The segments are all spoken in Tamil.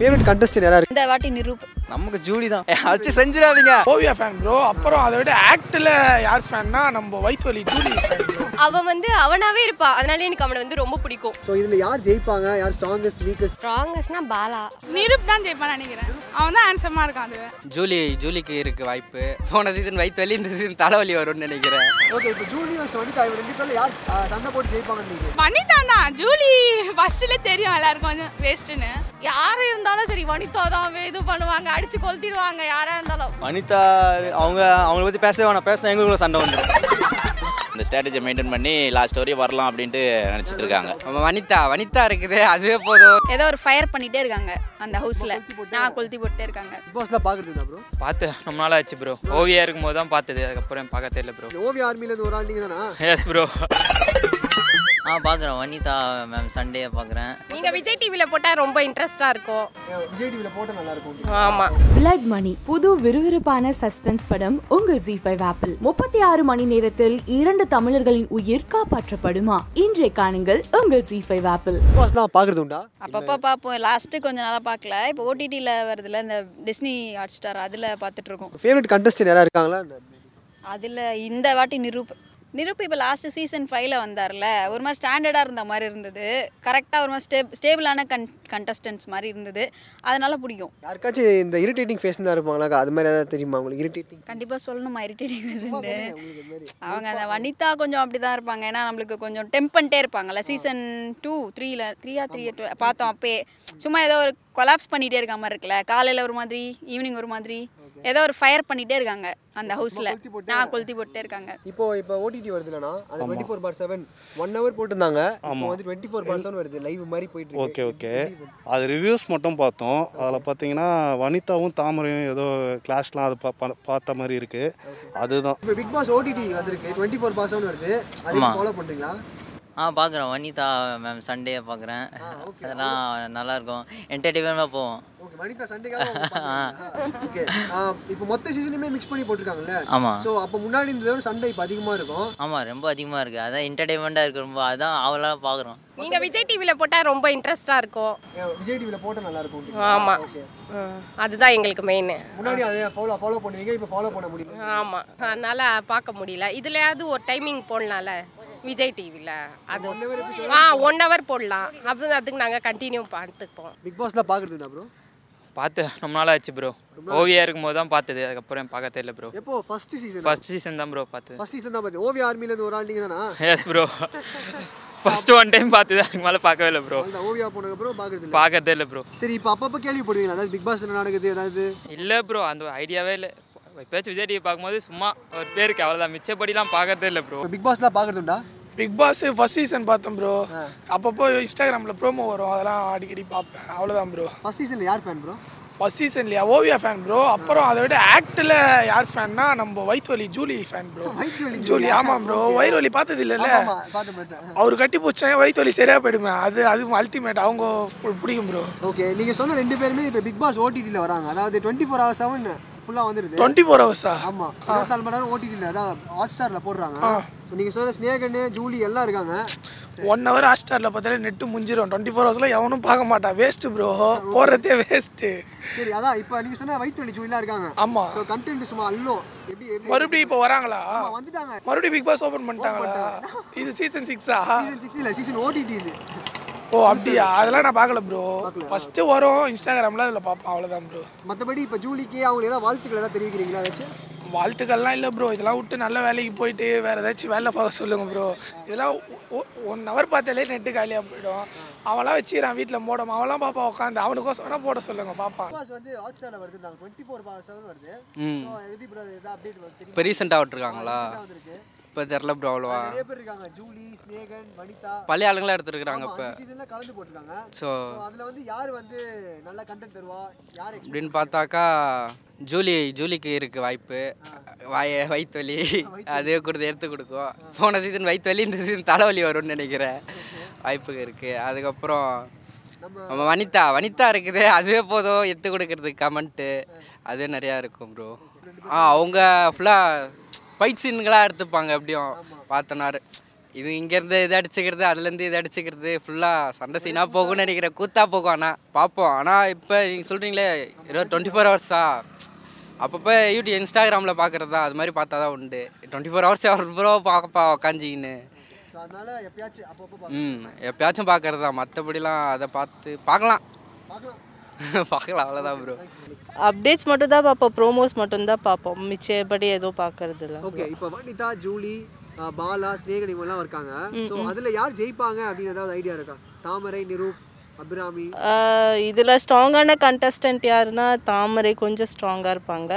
ஃபேவரட் கண்டஸ்டன்ட் யாரா இருக்கு இந்த வாட்டி நிரூப் நமக்கு ஜூலி தான் அடிச்சு செஞ்சிடாதீங்க ஓவியா ஃபேன் ப்ரோ அப்புறம் அதை விட ஆக்டில் யார் ஃபேன்னா நம்ம வயிற்று வலி ஜூலி ஃபேன் ப்ரோ அவ வந்து அவனாவே இருப்பா அதனால எனக்கு அவனை வந்து ரொம்ப பிடிக்கும் ஸோ இதில் யார் ஜெயிப்பாங்க யார் ஸ்ட்ராங்கஸ்ட் வீக்கஸ்ட் ஸ்ட்ராங்கஸ்ட்னா பாலா நிருப் தான் ஜெயிப்பான்னு நினைக்கிறேன் அவன் தான் ஹேண்ட்ஸமாக இருக்கான் அது ஜூலி ஜூலிக்கு இருக்கு வாய்ப்பு போன சீசன் வயிற்று வலி இந்த சீசன் தலைவலி வரும்னு நினைக்கிறேன் ஓகே இப்போ ஜூனியர்ஸ் வந்து இவங்க ரெண்டு பேர்ல யார் ஆ, சண்டை போட்டு ஜெயிப்பாங்க நீங்க வனிதானா ஜூலி ஃபர்ஸ்ட்ல தெரியும் எல்லாருக்கும் கொஞ்சம் வேஸ்ட்டுன்னு யார் இருந்தாலும் சரி வனிதா தான் இது பண்ணுவாங்க அடிச்சு கொளுத்திடுவாங்க யாரா இருந்தாலும் வனிதா அவங்க அவங்கள பற்றி பேசவே வேணாம் பேசினா எங்களுக்குள்ள சண்டை வந்துடும் இந்த ஸ்ட்ராட்டஜி மெயின்டைன் பண்ணி லாஸ்ட் வரையும் வரலாம் அப்படின்ட்டு நினச்சிட்டு இருக்காங்க நம்ம வனிதா வனிதா இருக்குது அதுவே போதும் ஏதோ ஒரு ஃபயர் பண்ணிட்டே இருக்காங்க அந்த ஹவுஸ்ல நான் கொளுத்தி போட்டே இருக்காங்க பிக் பாஸ்லாம் பார்க்குறது ப்ரோ பார்த்து ரொம்ப நாள் ஆச்சு ப்ரோ ஓவியா இருக்கும் போது தான் பார்த்தது அதுக்கப்புறம் பார்க்க தெரியல ப்ரோ ஓவி ஆர்மியில ஒரு ஆள் நீங்க தானா எஸ் ப்ரோ ஆ பார்க்குறேன் வனிதா மேம் சண்டே பார்க்குறேன் நீங்க விஜய் டிவில போட்டா ரொம்ப இன்ட்ரெஸ்டா இருக்கும் விஜய் டிவியில் போட்டால் நல்லா இருக்கும் ஆமா பிளட் மணி புது விறுவிறுப்பான சஸ்பென்ஸ் படம் உங்கள் ஜி ஃபைவ் ஆப்பிள் முப்பத்தி ஆறு மணி நேரத்தில் இரண்டு தமிழர்களின் உயிர் காப்பாற்றப்படுமா இன்றைய காணுங்கள் உங்கள் ஜி ஃபைவ் ஆப்பிள் பிக் பாஸ்லாம் பார்க்குறது உண்டா அப்பப்போ பார்ப்போம் லாஸ்ட்டு கொஞ்ச நாளாக பார்க்கல இப்போ ஓடிடியில் வருதுல இந்த டிஸ்னி ஹாட் ஸ்டார் அதில் பார்த்துட்டு இருக்கோம் ஃபேவரட் கண்டஸ்டன்ட் யாரா இருக்காங்களா அதில் இந்த வாட்டி நிரூப் நிரூப் இப்போ லாஸ்ட்டு சீசன் ஃபைவ்ல வந்தார்ல ஒரு மாதிரி ஸ்டாண்டர்டாக இருந்த மாதிரி இருந்தது கரெக்டாக ஒரு மாதிரி ஸ்டேப் ஸ்டேபிளான கன் கண்டஸ்டன்ஸ் மாதிரி இருந்தது அதனால பிடிக்கும் யாருக்காச்சும் இந்த இரிட்டேட்டிங் ஃபேஸ் தான் இருப்பாங்களா அது மாதிரி ஏதாவது தெரியுமா உங்களுக்கு இரிட்டேட்டிங் கண்டிப்பாக சொல்லணுமா இரிட்டேட்டிங் அவங்க அந்த வனிதா கொஞ்சம் அப்படி தான் இருப்பாங்க ஏன்னா நம்மளுக்கு கொஞ்சம் டெம்ப் பண்ணிட்டே இருப்பாங்கல்ல சீசன் டூ த்ரீல த்ரீயா த்ரீ பார்த்தோம் அப்பயே சும்மா ஏதோ ஒரு கொலாப்ஸ் பண்ணிகிட்டே இருக்க மாதிரி இருக்குல்ல காலையில் ஒரு மாதிரி ஈவினிங் ஒரு மாதிரி ஏதோ ஒரு ஃபயர் பண்ணிகிட்டே இருக்காங்க அந்த ஹவுஸில் நான் கொளுத்தி போட்டே இருக்காங்க இப்போ இப்போ ஓடிடி வருதுலனா அது டுவெண்ட்டி ஃபோர் பார் செவன் ஒன் ஹவர் போட்டிருந்தாங்க இப்போ வந்து டுவெண்ட்டி ஃபோர் பார் செவன் வருது லைவ் மாதிரி போயிட்டு இருக்கு ஓகே ஓகே அது ரிவ்யூஸ் மட்டும் பார்த்தோம் அதில் பார்த்தீங்கன்னா வனிதாவும் தாமரையும் ஏதோ கிளாஷ்லாம் அது பா- பா- பார்த்த மாதிரி இருக்குது அதுதான் இப்போ பிக் பாஸ் ஓடிடி வந்திருக்கு டுவெண்ட்டி ஃபோர் பார் செவன் வருது அதை ஃபாலோ பண்ணுறீங்களா ஆ பார்க்குறேன் வனிதா மேம் சண்டே பார்க்குறேன் அதெல்லாம் நல்லாயிருக்கும் என்டர்டெயின்மெண்ட்டாக போவோம் ஓகே வனிதா சண்டைக்காக ஓகே இப்போ மொத்த சீசனுமே மிக்ஸ் பண்ணி போட்டிருக்காங்கல்ல ஆமா. ஸோ அப்போ முன்னாடி இருந்ததை விட சண்டை இப்போ அதிகமாக இருக்கும் ஆமாம் ரொம்ப அதிகமாக இருக்குது அதான் என்டர்டெயின்மெண்ட்டாக இருக்குது ரொம்ப அதான் அவளாக பார்க்குறோம் நீங்க விஜய் டிவில போட்டா ரொம்ப இன்ட்ரெஸ்டா இருக்கும் அஹ் விஜய் டிவியில் போட்டால் நல்லா இருக்கும் ஆமா ஓகே அதுதான் எங்களுக்கு மெயின் முன்னாடி அதை ஃபாலோ ஃபாலோ பண்ணுவீங்க இப்போ ஃபாலோ பண்ண முடியல ஆமா அதனால பார்க்க முடியல இதுலயாவது ஒரு டைமிங் போடலாம்ல விஜய் டிவில அது ஆ ஒன் ஹவர் போடலாம் அப்படி அதுக்கு நாங்க கண்டினியூ பார்த்துப்போம் பிக் பாஸ்லாம் பார்க்குறதுண்டா ப்ரோ பார்த்து ரொம்ப நாள் ஆச்சு ப்ரோ ஓவியா இருக்கும் போது தான் பார்த்தது அதுக்கப்புறம் பார்க்க தெரியல ப்ரோ எப்போ ஃபர்ஸ்ட் சீசன் ஃபர்ஸ்ட் சீசன் தான் ப்ரோ பார்த்தது ஃபர்ஸ்ட் சீசன் தான் பார்த்து ஓவி ஆர்மியிலேருந்து ஒரு ஆள் நீங்கள் தானா yes bro first one time பார்த்தது அதுக்கு மேலே பார்க்கவே இல்லை ப்ரோ அந்த ஓவியா போனதுக்கப்புறம் பார்க்குறது இல்லை பார்க்கறதே இல்லை ப்ரோ சரி இப்போ அப்பப்போ கேள்விப்படுவீங்களா அதாவது பிக் பாஸ் என்ன நடக்குது ஏதாவது இல்லை ப்ரோ அந்த ஐடியாவே இல்லை எப்பயாச்சும் விஜய் டிவி பார்க்கும்போது சும்மா ஒரு பேருக்கு அவ்வளோதான் மிச்சப்படிலாம் பார்க்கறதே இல்லை ப்ரோ இப்போ பிக் பாஸ்லாம் பார்க்குறதுண்டா பிக் பாஸ் ஃபர்ஸ்ட் சீசன் பார்த்தேன் ப்ரோ அப்பப்போ இன்ஸ்டாகிராமில் ப்ரோமோ வரும் அதெல்லாம் அடிக்கடி பார்ப்பேன் அவ்வளோதான் ப்ரோ ஃபர்ஸ்ட் சீசனில் யார் ஃபேன் ப்ரோ ஃபர்ஸ்ட் சீசன்லையா ஓவியா ஃபேன் ப்ரோ அப்புறம் அதை விட ஆக்டில் யார் ஃபேன்னா நம்ம வயிற்று வலி ஜூலி ஃபேன் ப்ரோ வயித்து வலி ஜூலி ஆமாம் ப்ரோ வயிறு வலி பார்த்தது இல்லைல்ல ஆமாம் பார்த்து பார்த்தேன் அவர் கட்டி போச்சாங்க வயிற்று வலி சரியாக போயிடுமே அது அது அல்டிமேட் அவங்க பு- பிடிக்கும் ப்ரோ ஓகே நீங்கள் சொன்ன ரெண்டு பேருமே இப்போ பிக் பாஸ் ஓடிடியில் வராங்க அதாவது டுவெண்ட்டி ஃபோர் ஹவர்ஸ் செவன் ஃபுல்லாக வந்துருது டுவெண்ட்டி ஃபோர் ஹவர்ஸா ஆமாம் இருபத்தாலு மணி நேரம் ஓடிடியில் அதான் ஹாட் ஸ்டாரில் போடுறாங்க ஸோ நீங்கள் சொன்ன ஸ்னேகன்னு ஜூலி எல்லாம் இருக்காங்க ஒன் ஹவர் ஹாட்ஸ்டாரில் பார்த்தாலே நெட்டு முஞ்சிரும் டுவெண்ட்டி ஃபோர் ஹவர்ஸில் எவனும் பார்க்க மாட்டான் வேஸ்ட்டு ப்ரோ போடுறதே வேஸ்ட்டு சரி அதான் இப்போ நீங்கள் சொன்ன வயிற்று வலி ஜூலிலாம் இருக்காங்க ஆமாம் ஸோ கண்டென்ட் சும்மா அல்லோ எப்படி எப்படி மறுபடியும் இப்போ வராங்களா ஆமா, வந்துட்டாங்க மறுபடியும் பிக் பாஸ் ஓப்பன் பண்ணிட்டாங்களா இது சீசன் சிக்ஸா சீசன் சிக்ஸ் இல்லை சீசன் ஓடிடி இது ஓ அப்படியா அதெல்லாம் நான் பார்க்கல ப்ரோ ஃபஸ்ட்டு வரும் இன்ஸ்டாகிராமில் அதில் பார்ப்பேன் அவ்வளோதான் ப்ரோ மற்றபடி இப்போ ஜூலிக்கு அவங்களுக்கு ஏதாவது வாழ்த்துக்கள் ஏதாவது தெரிவிக்கிறீங்களா ஏதாச்சும் வாழ்த்துக்கள்லாம் இல்லை ப்ரோ இதெல்லாம் விட்டு நல்ல வேலைக்கு போயிட்டு வேறு ஏதாச்சும் வேலை பார்க்க சொல்லுங்கள் ப்ரோ இதெல்லாம் ஒன் ஹவர் பார்த்தாலே நெட்டு காலியாக போயிடும் அவெல்லாம் வச்சுக்கிறான் வீட்டில் மோடம் அவெல்லாம் பாப்பா உட்காந்து அவனுக்கோசம் வேணால் போட சொல்லுங்கள் பாப்பா பிக் பாஸ் வந்து ஹாட் ஸ்டாரில் வருது நாங்கள் டுவெண்ட்டி ஃபோர் செவன் வருது ஸோ எப்படி ப்ரோ ஏதாவது அப்டேட் வந்து தெரியும் இப்போ ரீசெண்டாக விட்டுருக்காங்களா வந்திருக்கு இப்போ தெரில ப்ரோ அவ்வளோவா நிறைய பேர் இருக்காங்க ஜூலி ஸ்னேகன் வனிதா பழைய ஆளுங்களாம் எடுத்துருக்குறாங்க இப்போ அஞ்சு சீசன்ல கலந்து போட்டிருக்காங்க ஸோ ஸோ அதில் வந்து யார் வந்து நல்ல கண்டென்ட் தருவா யார் expect- அப்படின்னு பார்த்தாக்கா ஜூலி ஜூலிக்கு இருக்கு வாய்ப்பு வாய வயிற்று வலி அதே கொடுத்து எடுத்து கொடுக்கும் போன சீசன் வயிற்று வலி இந்த சீசன் தலைவலி வரும்னு நினைக்கிறேன் வாய்ப்புகள் இருக்குது அதுக்கப்புறம் நம்ம வனிதா வனிதா இருக்குது அதுவே போதும் எடுத்து கொடுக்கறதுக்கு கமெண்ட்டு அதுவே நிறையா இருக்கும் ப்ரோ ஆ அவங்க ஃபுல்லாக ஃபைட் சீன்களாக எடுத்துப்பாங்க எப்படியும் பார்த்தனாரு இது இங்கேருந்து இது அடிச்சுக்கிறது அதுலேருந்து இது அடிச்சுக்கிறது ஃபுல்லாக சண்டை சீனாக போகும்னு நினைக்கிறேன் கூத்தா போகும் ஆனால் பார்ப்போம் ஆனால் இப்போ நீங்கள் சொல்கிறீங்களே இருபது டுவெண்ட்டி ஃபோர் ஹவர்ஸா அப்பப்போ யூடியூப் இன்ஸ்டாகிராமில் பார்க்குறது தான் அது மாதிரி பார்த்தா தான் உண்டு டுவெண்ட்டி ஃபோர் ஹவர்ஸ் அவர் ப்ரோ பார்ப்பா உக்காஞ்சிக்கின்னு ஸோ அதனால எப்பயாச்சும் அப்பப்போ ம் எப்பயாச்சும் பார்க்கறது தான் மற்றபடிலாம் அதை பார்த்து பார்க்கலாம் பார்க்கலாம் அவ்வளோதான் ப்ரோ அப்டேட்ஸ் மட்டும் தான் பார்ப்போம் ப்ரோமோஸ் மட்டும் தான் பார்ப்போம் மிச்சபடி எதுவும் பார்க்கறது இல்லை ஓகே இப்போ வனிதா ஜூலி ஆ, பாலா ஸ்நேகன் இவங்கெல்லாம் இருக்காங்க ம், ஸோ ம். அதில் யார் ஜெயிப்பாங்க அப்படின்னு ஏதாவது ஐடியா இருக்கா தாமரை நிரூப் அபிராமி ஆஹ் இதுல ஸ்ட்ராங்கான கண்டஸ்டன்ட் யாருன்னா தாமரை கொஞ்சம் ஸ்ட்ராங்கா இருப்பாங்க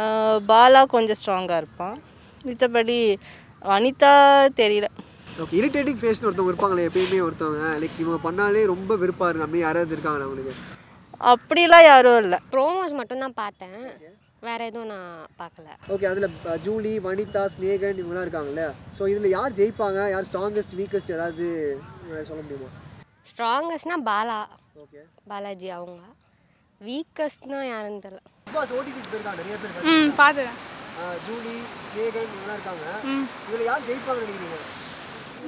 ஆஹ் பாலா கொஞ்சம் ஸ்ட்ராங்கா இருப்பான் மித்தபடி அனிதா தெரியல ஓகே இரிட்டேட்டிங் ஃபேஸ்னு ஒருத்தவங்க இருப்பாங்களே எப்பயுமே ஒருத்தவங்க லைக் இவங்க பண்ணாலே ரொம்ப வெறுப்பாக இருக்கு அப்படி யாராவது இருக்காங்களா உங்களுக்கு அப்படிலாம் யாரும் இல்லை ப்ரோமோஸ் மட்டும் தான் பார்த்தேன் வேற எதுவும் நான் பார்க்கல ஓகே அதில் ஜூலி வனிதா ஸ்நேகன் இவங்கெல்லாம் இருக்காங்கல்ல ஸோ இதில் யார் ஜெயிப்பாங்க யார் ஸ்ட்ராங்கஸ்ட் வீக்கஸ்ட் ஏதாவது உங்களால சொல்ல முடியுமா ஸ்ட்ராங்கஸ்ட்னா பாலா ஓகே பாலாஜி அவங்க வீக்கஸ்ட்னா யாருன்னு தெரியல பாஸ் ஓடிபி இருக்காங்க நிறைய பேர் ம் இருக்காங்க. பார்த்துறேன் ஆ, ஜூலி ஸ்நேகன் இவங்கெல்லாம் இருக்காங்க ம். இதில் யார் ஜெயிப்பாங்க நினைக்கிறீங்க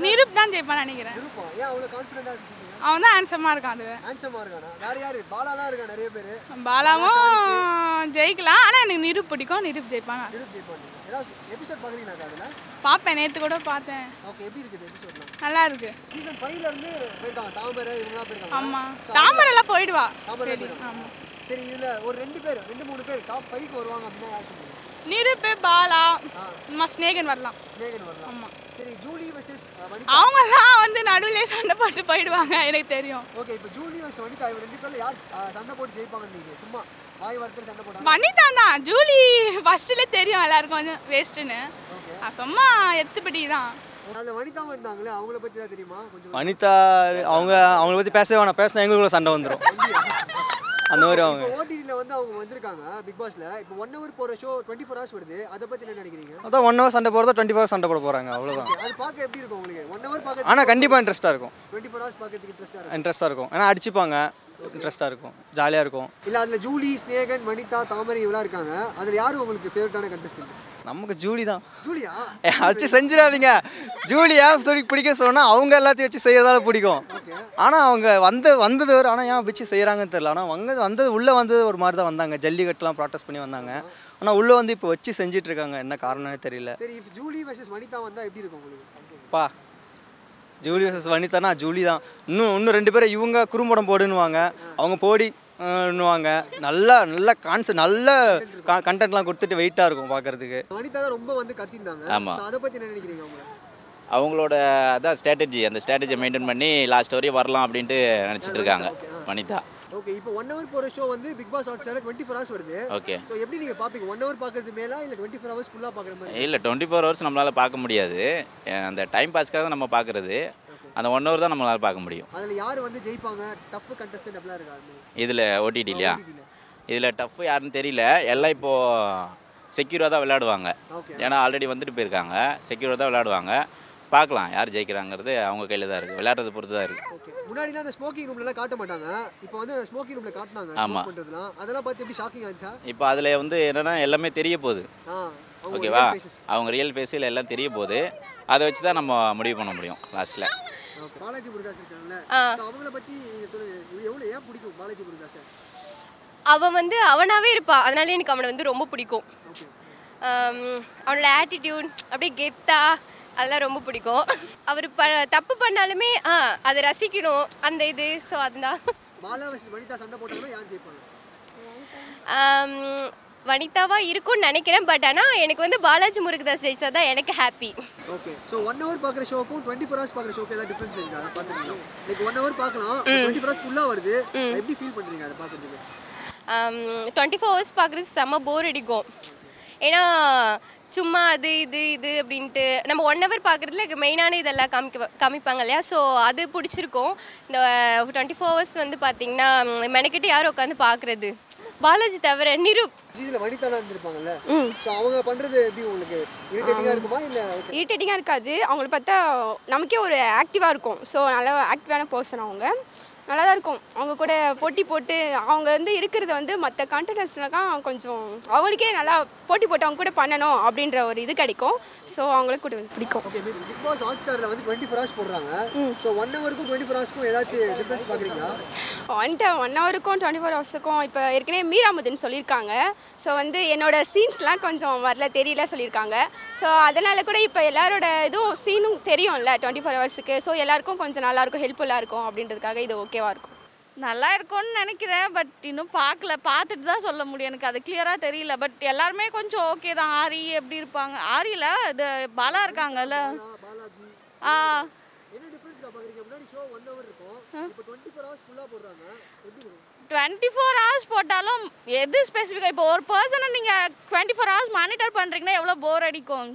நிருப் தான் ஜெயிப்பான்னு நினைக்கிறேன் நிரூபா ஏன் அவ்வளோ கான்ஃபிடென்ட்டாக இருக்கீங்க அவன் தான் ஹேண்ட்ஸமாக இருக்கான் அது ஹேண்ட்ஸமாக இருக்கானா வேற யார் பாலா தான் இருக்கா நிறைய பேர் பாலாவும் ஜெயிக்கலாம் ஆனால் எனக்கு நிருப் பிடிக்கும் நிருப் ஜெயிப்பான் நிரூப் ஜெயிப்பாங்க ஏதாவது எபிசோட் பார்க்குறீங்களா அதில் பார்ப்பேன் நேற்று கூட பார்த்தேன் ஓகே எப்படி இருக்குது எபிசோட்லாம் நல்லா இருக்கு சீசன் ஃபைவ்ல இருந்து போயிருக்காங்க தாமரை இவங்களாம் போயிருக்காங்க ஆமாம் So, தாமரைலாம் போயிடுவா தாமரை சரி போயிடுவாங்க. ஆமாம் சரி இதுல ஒரு ரெண்டு பேர் ரெண்டு மூணு பேர் டாப் ஃபைவ்க்கு வருவாங்க அப்படின்னா யார் சொல்லுங்க நிருப்பு பாலா நம்ம ஸ்நேகன் வரலாம் ஸ்நேகன் வரலாம் சரி ஜூலி வெர்சஸ் வனிதா அவங்கெல்லாம் வந்து நடுவுலயே சண்டை போட்டு போயிடுவாங்க எனக்கு தெரியும் ஓகே இப்போ ஜூலி வெர்சஸ் வனிதா இவங்க ரெண்டு பேர்ல யார் ஆ, சண்டை போட்டு ஜெயிப்பாங்கன்னு நீங்க சும்மா வாய் வார்த்தை சண்டை போடாம மணிதான் தான் ஜூலி ஃபர்ஸ்ட்ல தெரியும் எல்லாருக்கும் கொஞ்சம் வேஸ்ட்டுன்னு சும்மா எத்துப்படி தான் அந்த வனிதாவும் இருந்தாங்களே அவங்கள பத்தி தான் தெரியுமா கொஞ்சம் வனிதா அவங்க அவங்கள பற்றி பேசவே வேணாம் பேசினா எங்களுக்குள்ள சண்டை வந்துடும் அந்த மாதிரி அவங்க இப்போ ஓடிடியில் வந்து அவங்க வந்திருக்காங்க பிக் பாஸ்ல இப்போ ஒன் hour போற ஷோ டுவெண்ட்டி ஃபோர் ஹவர்ஸ் வருது அதை பத்தி என்ன நினைக்கிறீங்க அதான் ஒன் ஹவர் சண்டை போகிறதா டுவெண்ட்டி ஃபோர் சண்டை போட போகிறாங்க அவ்வளோதான் அது பார்க்க எப்படி இருக்கும் உங்களுக்கு ஒன் hour பார்க்க ஆனால் கண்டிப்பாக இன்ட்ரெஸ்ட்டாக இருக்கும் டுவெண்ட்டி ஃபோர் ஹவர்ஸ் பார்க்கறதுக்கு இன்ட்ரெஸ்டாக இருக்கும் இன்ட்ரெஸ்ட்டாக இருக்கும் ஏன்னா அடிச்சுப்பாங்க இன்ட்ரெஸ்ட்டாக இருக்கும் ஜாலியாக இருக்கும் இல்ல அதுல ஜூலி ஸ்நேகன் வனிதா தாமரை இவெல்லாம் இருக்காங்க அதுல யாரு உங்களுக்கு ஃபேவரட்டான கண்டஸ்டன்ட் நமக்கு ஜூலி தான் ஜூலியா ஏ, வச்சு செஞ்சிடாதீங்க ஜூலி ஏன் சொல்லி பிடிக்க சொன்னால் அவங்க எல்லாத்தையும் வச்சு செய்கிறதால பிடிக்கும் ஆனால் அவங்க வந்த வந்தது ஒரு ஆனால் ஏன் வச்சு செய்கிறாங்கன்னு தெரில ஆனால் அவங்க வந்தது உள்ளே வந்தது ஒரு மாதிரி தான் வந்தாங்க ஜல்லிக்கட்டுலாம் ப்ராக்டிஸ் பண்ணி வந்தாங்க ஆனால் உள்ளே வந்து இப்போ வச்சு செஞ்சுட்டு இருக்காங்க என்ன காரணம்னே தெரியல சரி இப்போ ஜூலி வர்சஸ் வனிதா வந்தா எப்படி இருக்கும் உங்களுக்கு பா ஜூலி வர்சஸ் வனிதானா ஜூலி தான் இன்னும் இன்னும் ரெண்டு பேரும் இவங்க குறும்படம் போடுன்னுவாங்க அவங்க போடி ன்னுவாங்க நல்லா நல்ல கான்செப்ட் நல்ல கண்டென்ட்லாம் கொடுத்துட்டு வெயிட்டாக இருக்கும் பார்க்கறதுக்கு வனிதா தான் ரொம்ப வந்து கத்திருந்தாங்க ஆமா. So, அதை பத்தி என்ன நினைக்கிறீங்க அவங்க அவங்களோட அதான் ஸ்ட்ராட்டஜி அந்த ஸ்ட்ராட்டஜியை மெயின்டைன் பண்ணி லாஸ்ட் வரையும் வரலாம் அப்படின்ட்டு நினச்சிட்டு இருக்காங்க வனிதா ஓகே இப்போ ஒன் hour போற ஷோ வந்து big boss hot star twenty four hours வருது Okay. ஸோ எப்படி நீங்க பார்ப்பீங்க ஒன் hour பார்க்கறது மேலா இல்ல டுவெண்ட்டி ஃபோர் ஹவர்ஸ் ஃபுல்லா பார்க்குற மாதிரி இல்லை டுவெண்ட்டி ஃபோர் ஹவர்ஸ் நம்மளால் பார்க்க முடியாது அஹ் அந்த டைம் பாஸ்க்காக நம்ம பார்க்குறது அந்த ஒன் ஹவர் தான் நம்மளால் பார்க்க முடியும் அதுல யாரு வந்து ஜெயிப்பாங்க டஃப் கண்டஸ்டன்ட் அப்படிலாம் இருக்காது இதில் ஓடிடி இல்லையா இதில் டஃப் யாருன்னு தெரியல எல்லாம் இப்போது செக்யூராக தான் விளையாடுவாங்க ஏன்னா ஆல்ரெடி வந்துட்டு போயிருக்காங்க செக்யூராக தான் விளையாடுவாங்க பார்க்கலாம் யார் ஜெயிக்கிறாங்கிறது அவங்க கையில் தான் இருக்குது விளையாடுறதை பொறுத்து தான் இருக்குது முன்னாடிலாம் அந்த ஸ்மோக்கிங் ரூம்ல எல்லாம் காட்ட மாட்டாங்க இப்போ வந்து அந்த ஸ்மோக்கிங் ரூம்ல காட்டினாங்க ஆமா. smoke பண்றதுலாம் அதெல்லாம் பார்த்து எப்படி ஷாக்கிங் ஆச்சா இப்போ அதில் வந்து என்னென்னா எல்லாமே தெரிய போகுது ஆ அவங்க ஓகேவா real faces. அவங்க ரியல் ஃபேஸில் எல்லாம் தெரிய போகுது அதை வச்சு தான் நம்ம முடிவு பண்ண முடியும் லாஸ்ட்டில் Okay. பாலாஜி முருகாஸ் இருக்காங்கல்ல so அவங்கள பத்தி நீங்க சொல்லுங்க இவரு எவ்வளவு ஏன் பிடிக்கும் பாலாஜி முருகாஸ் அவன் வந்து அவனாவே இருப்பா அதனால எனக்கு அவனை வந்து ரொம்ப பிடிக்கும் ஆம், அவனோட ஆட்டிடியூட் அப்படியே கெத்தா அதெல்லாம் ரொம்ப பிடிக்கும் அவர் ப தப்பு பண்ணாலுமே ஆ அதை ரசிக்கணும் அந்த இது ஸோ அதுதான் பாலா versus வனிதா சண்டை போட்டாங்கன்னா யார் ஜெயிப்பாங்க ஆம், வனிதாவா இருக்கும்னு நினைக்கிறேன் பட் ஆனால் எனக்கு வந்து பாலாஜி முருகதாஸ் ஜெயிச்சா தான் எனக்கு happy okay so one hour பாக்குற ஷோக்கும் டுவெண்ட்டி ஃபோர் ஹவர்ஸ் பாக்குற ஷோக்கு ஏதாவது டிஃபரன்ஸ் இருக்கா அதை பார்த்துருக்கீங்க லைக் ஒன் hour பார்க்கலாம் ம். டுவெண்ட்டி ஃபோர் ஹவர்ஸ் ஃபுல்லா வருது ம். எப்படி ஃபீல் பண்றீங்க அதை பார்க்கறதுக்கு டுவெண்ட்டி ஃபோர் ஹவர்ஸ் பார்க்குறது செம்ம போர் அடிக்கும் ஏன்னா சும்மா அது இது இது அப்படின்ட்டு நம்ம ஒன் ஹவர் பார்க்குறதுல மெயினான இதெல்லாம் காமிக்க காமிப்பாங்க இல்லையா ஸோ அது பிடிச்சிருக்கும் இந்த டுவெண்ட்டி ஃபோர் ஹவர்ஸ் வந்து பார்த்தீங்கன்னா ம், மெனக்கெட்டு யாரும் உட்காந்து பார்க்குறது பாலாஜி தவிர நிரூப் ஜிஜில வனிதா இருந்திருப்பாங்கல்ல சோ அவங்க பண்றது எப்படி உங்களுக்கு இரிட்டேட்டிங்கா இருக்குமா இல்ல okay. இரிட்டேட்டிங்காக இருக்காது அவங்கள பார்த்தா நமக்கே ஒரு ஆக்டிவாக இருக்கும் ஸோ நல்ல ஆக்டிவான பர்சன் அவங்க நல்லா தான் இருக்கும் அவங்க கூட போட்டி போட்டு அவங்க வந்து இருக்கிறத வந்து மற்ற கான்டெஸ்டன்ட்லாம் கொஞ்சம் அவங்களுக்கே நல்லா போட்டி போட்டு அவங்க கூட பண்ணணும் அப்படின்ற ஒரு இது கிடைக்கும் ஸோ அவங்களுக்கு கூட வந்து பிடிக்கும் ஓகே பிக் பாஸ் ஹாட் ஸ்டாரில் வந்து டுவெண்ட்டி ஃபோர் ஹவர்ஸ் போடுறாங்க ஸோ ஒன் ஹவருக்கும் டுவெண்ட்டி ஃபோர் ஹவர்ஸ்க்கும் ஏதாச்சும் டிஃப்ரென்ஸ் பார்க்குறீங்களா ஒன் ட ஒன் ஹவருக்கும் டுவெண்ட்டி ஃபோர் ஹவர்ஸுக்கும் இப்போ ஏற்கனவே மீராமுதுன்னு சொல்லியிருக்காங்க ஸோ வந்து என்னோட சீன்ஸ்லாம் கொஞ்சம் வரல தெரியல சொல்லியிருக்காங்க ஸோ அதனால கூட இப்போ எல்லாரோட இதுவும் சீனும் தெரியும்ல டுவெண்ட்டி ஃபோர் ஹவர்ஸுக்கு ஸோ எல்லாருக்கும் கொஞ்சம் நல்லாயிருக்கும் ஹெல்ப்ஃபுல்லாக இருக்கும் அப்படின்றதுக்காக இது ஓகேவாக இருக்கும் நல்லா இருக்கும்னு நினைக்கிறேன் பட் இன்னும் பார்க்கல பார்த்துட்டு தான் சொல்ல முடியும் எனக்கு அது கிளியராக தெரியல பட் எல்லாருமே கொஞ்சம் ஓகே தான் ஆரி எப்படி இருப்பாங்க ஆரியில் இது பாலா இருக்காங்கல்ல ஆ என்ன டிஃப்ரென்ஸ்க்கா பார்க்குறீங்க முன்னாடி ஷோ ஒன் ஹவர் இருக்கும் இப்போ டுவெண்ட்டி ஃபோர் ஹவர்ஸ் ஃபுல்லாக போடுறாங்க எப்படி இருக்கும்? டுவெண்ட்டி ஃபோர் ஹவர்ஸ் போட்டாலும் எது ஸ்பெசிஃபிக்காக இப்போ ஒரு பர்சனை நீங்கள் டுவெண்ட்டி ஃபோர் ஹவர்ஸ் மானிட்டர் பண்ணுறீங்கன்னா எவ்வளோ போர் அடிக்கும்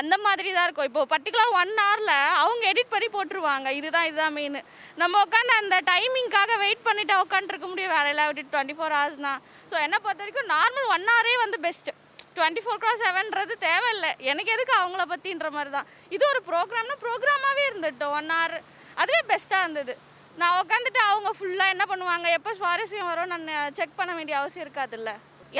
அந்த மாதிரி தான் இருக்கும் இப்போ பர்டிகுலர் ஒன் ஹவரில் அவங்க எடிட் பண்ணி போட்டுருவாங்க இதுதான் இதுதான் மெயின் நம்ம உட்காந்து அந்த டைமிங்க்காக வெயிட் பண்ணிட்டு உட்காந்துருக்க முடியும் வேலையில் விட்டு டுவெண்ட்டி ஃபோர் ஹவர்ஸ்னால் ஸோ என்னை பொறுத்த வரைக்கும் நார்மல் ஒன் ஹவரே வந்து பெஸ்ட்டு டுவெண்ட்டி ஃபோர் க்ராஸ் செவன்றது தேவையில்லை எனக்கு எதுக்கு அவங்கள பற்றின்ற மாதிரி தான் இது ஒரு ப்ரோக்ராம்னா ப்ரோக்ராமாகவே இருந்துட்டோம் ஒன் ஹவர் அதுவே பெஸ்ட்டாக இருந்தது நான் உட்காந்துட்டு அவங்க ஃபுல்லாக என்ன பண்ணுவாங்க எப்போ சுவாரஸ்யம் வரும் நான் செக் பண்ண வேண்டிய அவசியம் இருக்காதுல்ல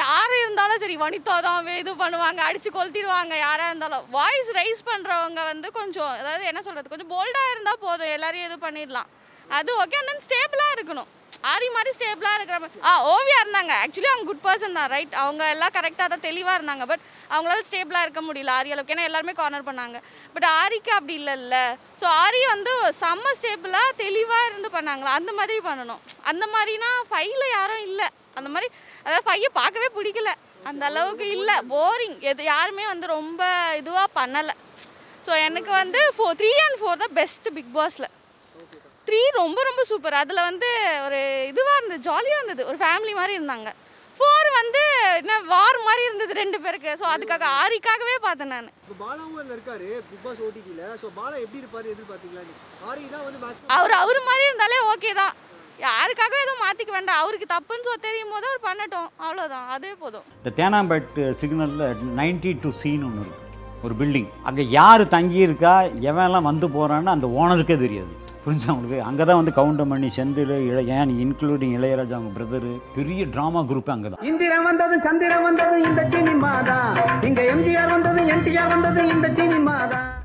யார் இருந்தாலும் சரி வனிதா தான் இது பண்ணுவாங்க அடித்து கொளுத்திடுவாங்க யாராக இருந்தாலும் வாய்ஸ் ரைஸ் பண்ணுறவங்க வந்து கொஞ்சம் அதாவது என்ன சொல்கிறது கொஞ்சம் போல்டாக இருந்தால் போதும் எல்லாரையும் இது பண்ணிடலாம் அது ஓகே அந்த ஸ்டேபிளாக இருக்கணும் ஆரி மாதிரி ஸ்டேபிளாக இருக்கிற மாதிரி ஆ ஓவியா இருந்தாங்க ஆக்சுவலி அவங்க குட் பர்சன் தான் ரைட் அவங்க எல்லாம் கரெக்டாக தான் தெளிவாக இருந்தாங்க பட் அவங்களால ஸ்டேபிளாக இருக்க முடியல ஆரி அளவுக்கு ஏன்னா எல்லாருமே கார்னர் பண்ணாங்க பட் ஆரிக்கு அப்படி இல்லைல்ல ஸோ ஆரி வந்து செம்ம ஸ்டேபிளாக தெளிவாக இருந்து பண்ணாங்களா அந்த மாதிரி பண்ணணும் அந்த மாதிரினா ஃபைவ்ல யாரும் இல்லை அந்த மாதிரி அதாவது ஃபையை பார்க்கவே பிடிக்கல அந்த அளவுக்கு இல்லை போரிங் எது யாருமே வந்து ரொம்ப இதுவாக பண்ணலை ஸோ எனக்கு வந்து ஃபோ த்ரீ அண்ட் ஃபோர் தான் பெஸ்ட் பிக் பாஸில் த்ரீ ரொம்ப ரொம்ப சூப்பர் அதில் வந்து ஒரு இதுவாக இருந்தது ஜாலியாக இருந்தது ஒரு ஃபேமிலி மாதிரி இருந்தாங்க ஃபோர் வந்து என்ன வார் மாதிரி இருந்தது ரெண்டு பேருக்கு ஸோ அதுக்காக ஆரிக்காகவே பார்த்தேன் நான் இப்போ பாலாவும் அதில் இருக்காரு பிக் பாஸ் ஓடிடியில் ஸோ பாலா எப்படி இருப்பாரு எதிர்பார்த்தீங்களா நீ ஆரி தான் வந்து மேட்ச் அவர் அவர் மாதிரி இருந்தாலே ஓகே தான் யாருக்காக எதுவும் மாற்றிக்க வேண்டாம் அவருக்கு தப்புன்னு சொ தெரியும் போது அவர் பண்ணட்டும் அவ்வளோதான் அதே போதும் இந்த தேனாம்பேட் சிக்னலில் நைன்டி டு சீன் ஒன்று இருக்கு ஒரு பில்டிங் அங்கே யார் தங்கியிருக்கா எவன்லாம் வந்து போகிறான்னு அந்த ஓனருக்கே தெரியாது புரிஞ்சா அவங்களுக்கு அங்கே தான் வந்து கவுண்டர் பண்ணி செந்தில் இளைய இன்க்ளூடிங் இளையராஜா அவங்க பிரதரு பெரிய ட்ராமா குரூப் அங்கே தான் இந்திரன் வந்தது சந்திரன் வந்தது இந்த சினிமா தான் இங்க எம்ஜிஆர் வந்தது என்டிஆர் வந்தது இந்த சினிமா தான்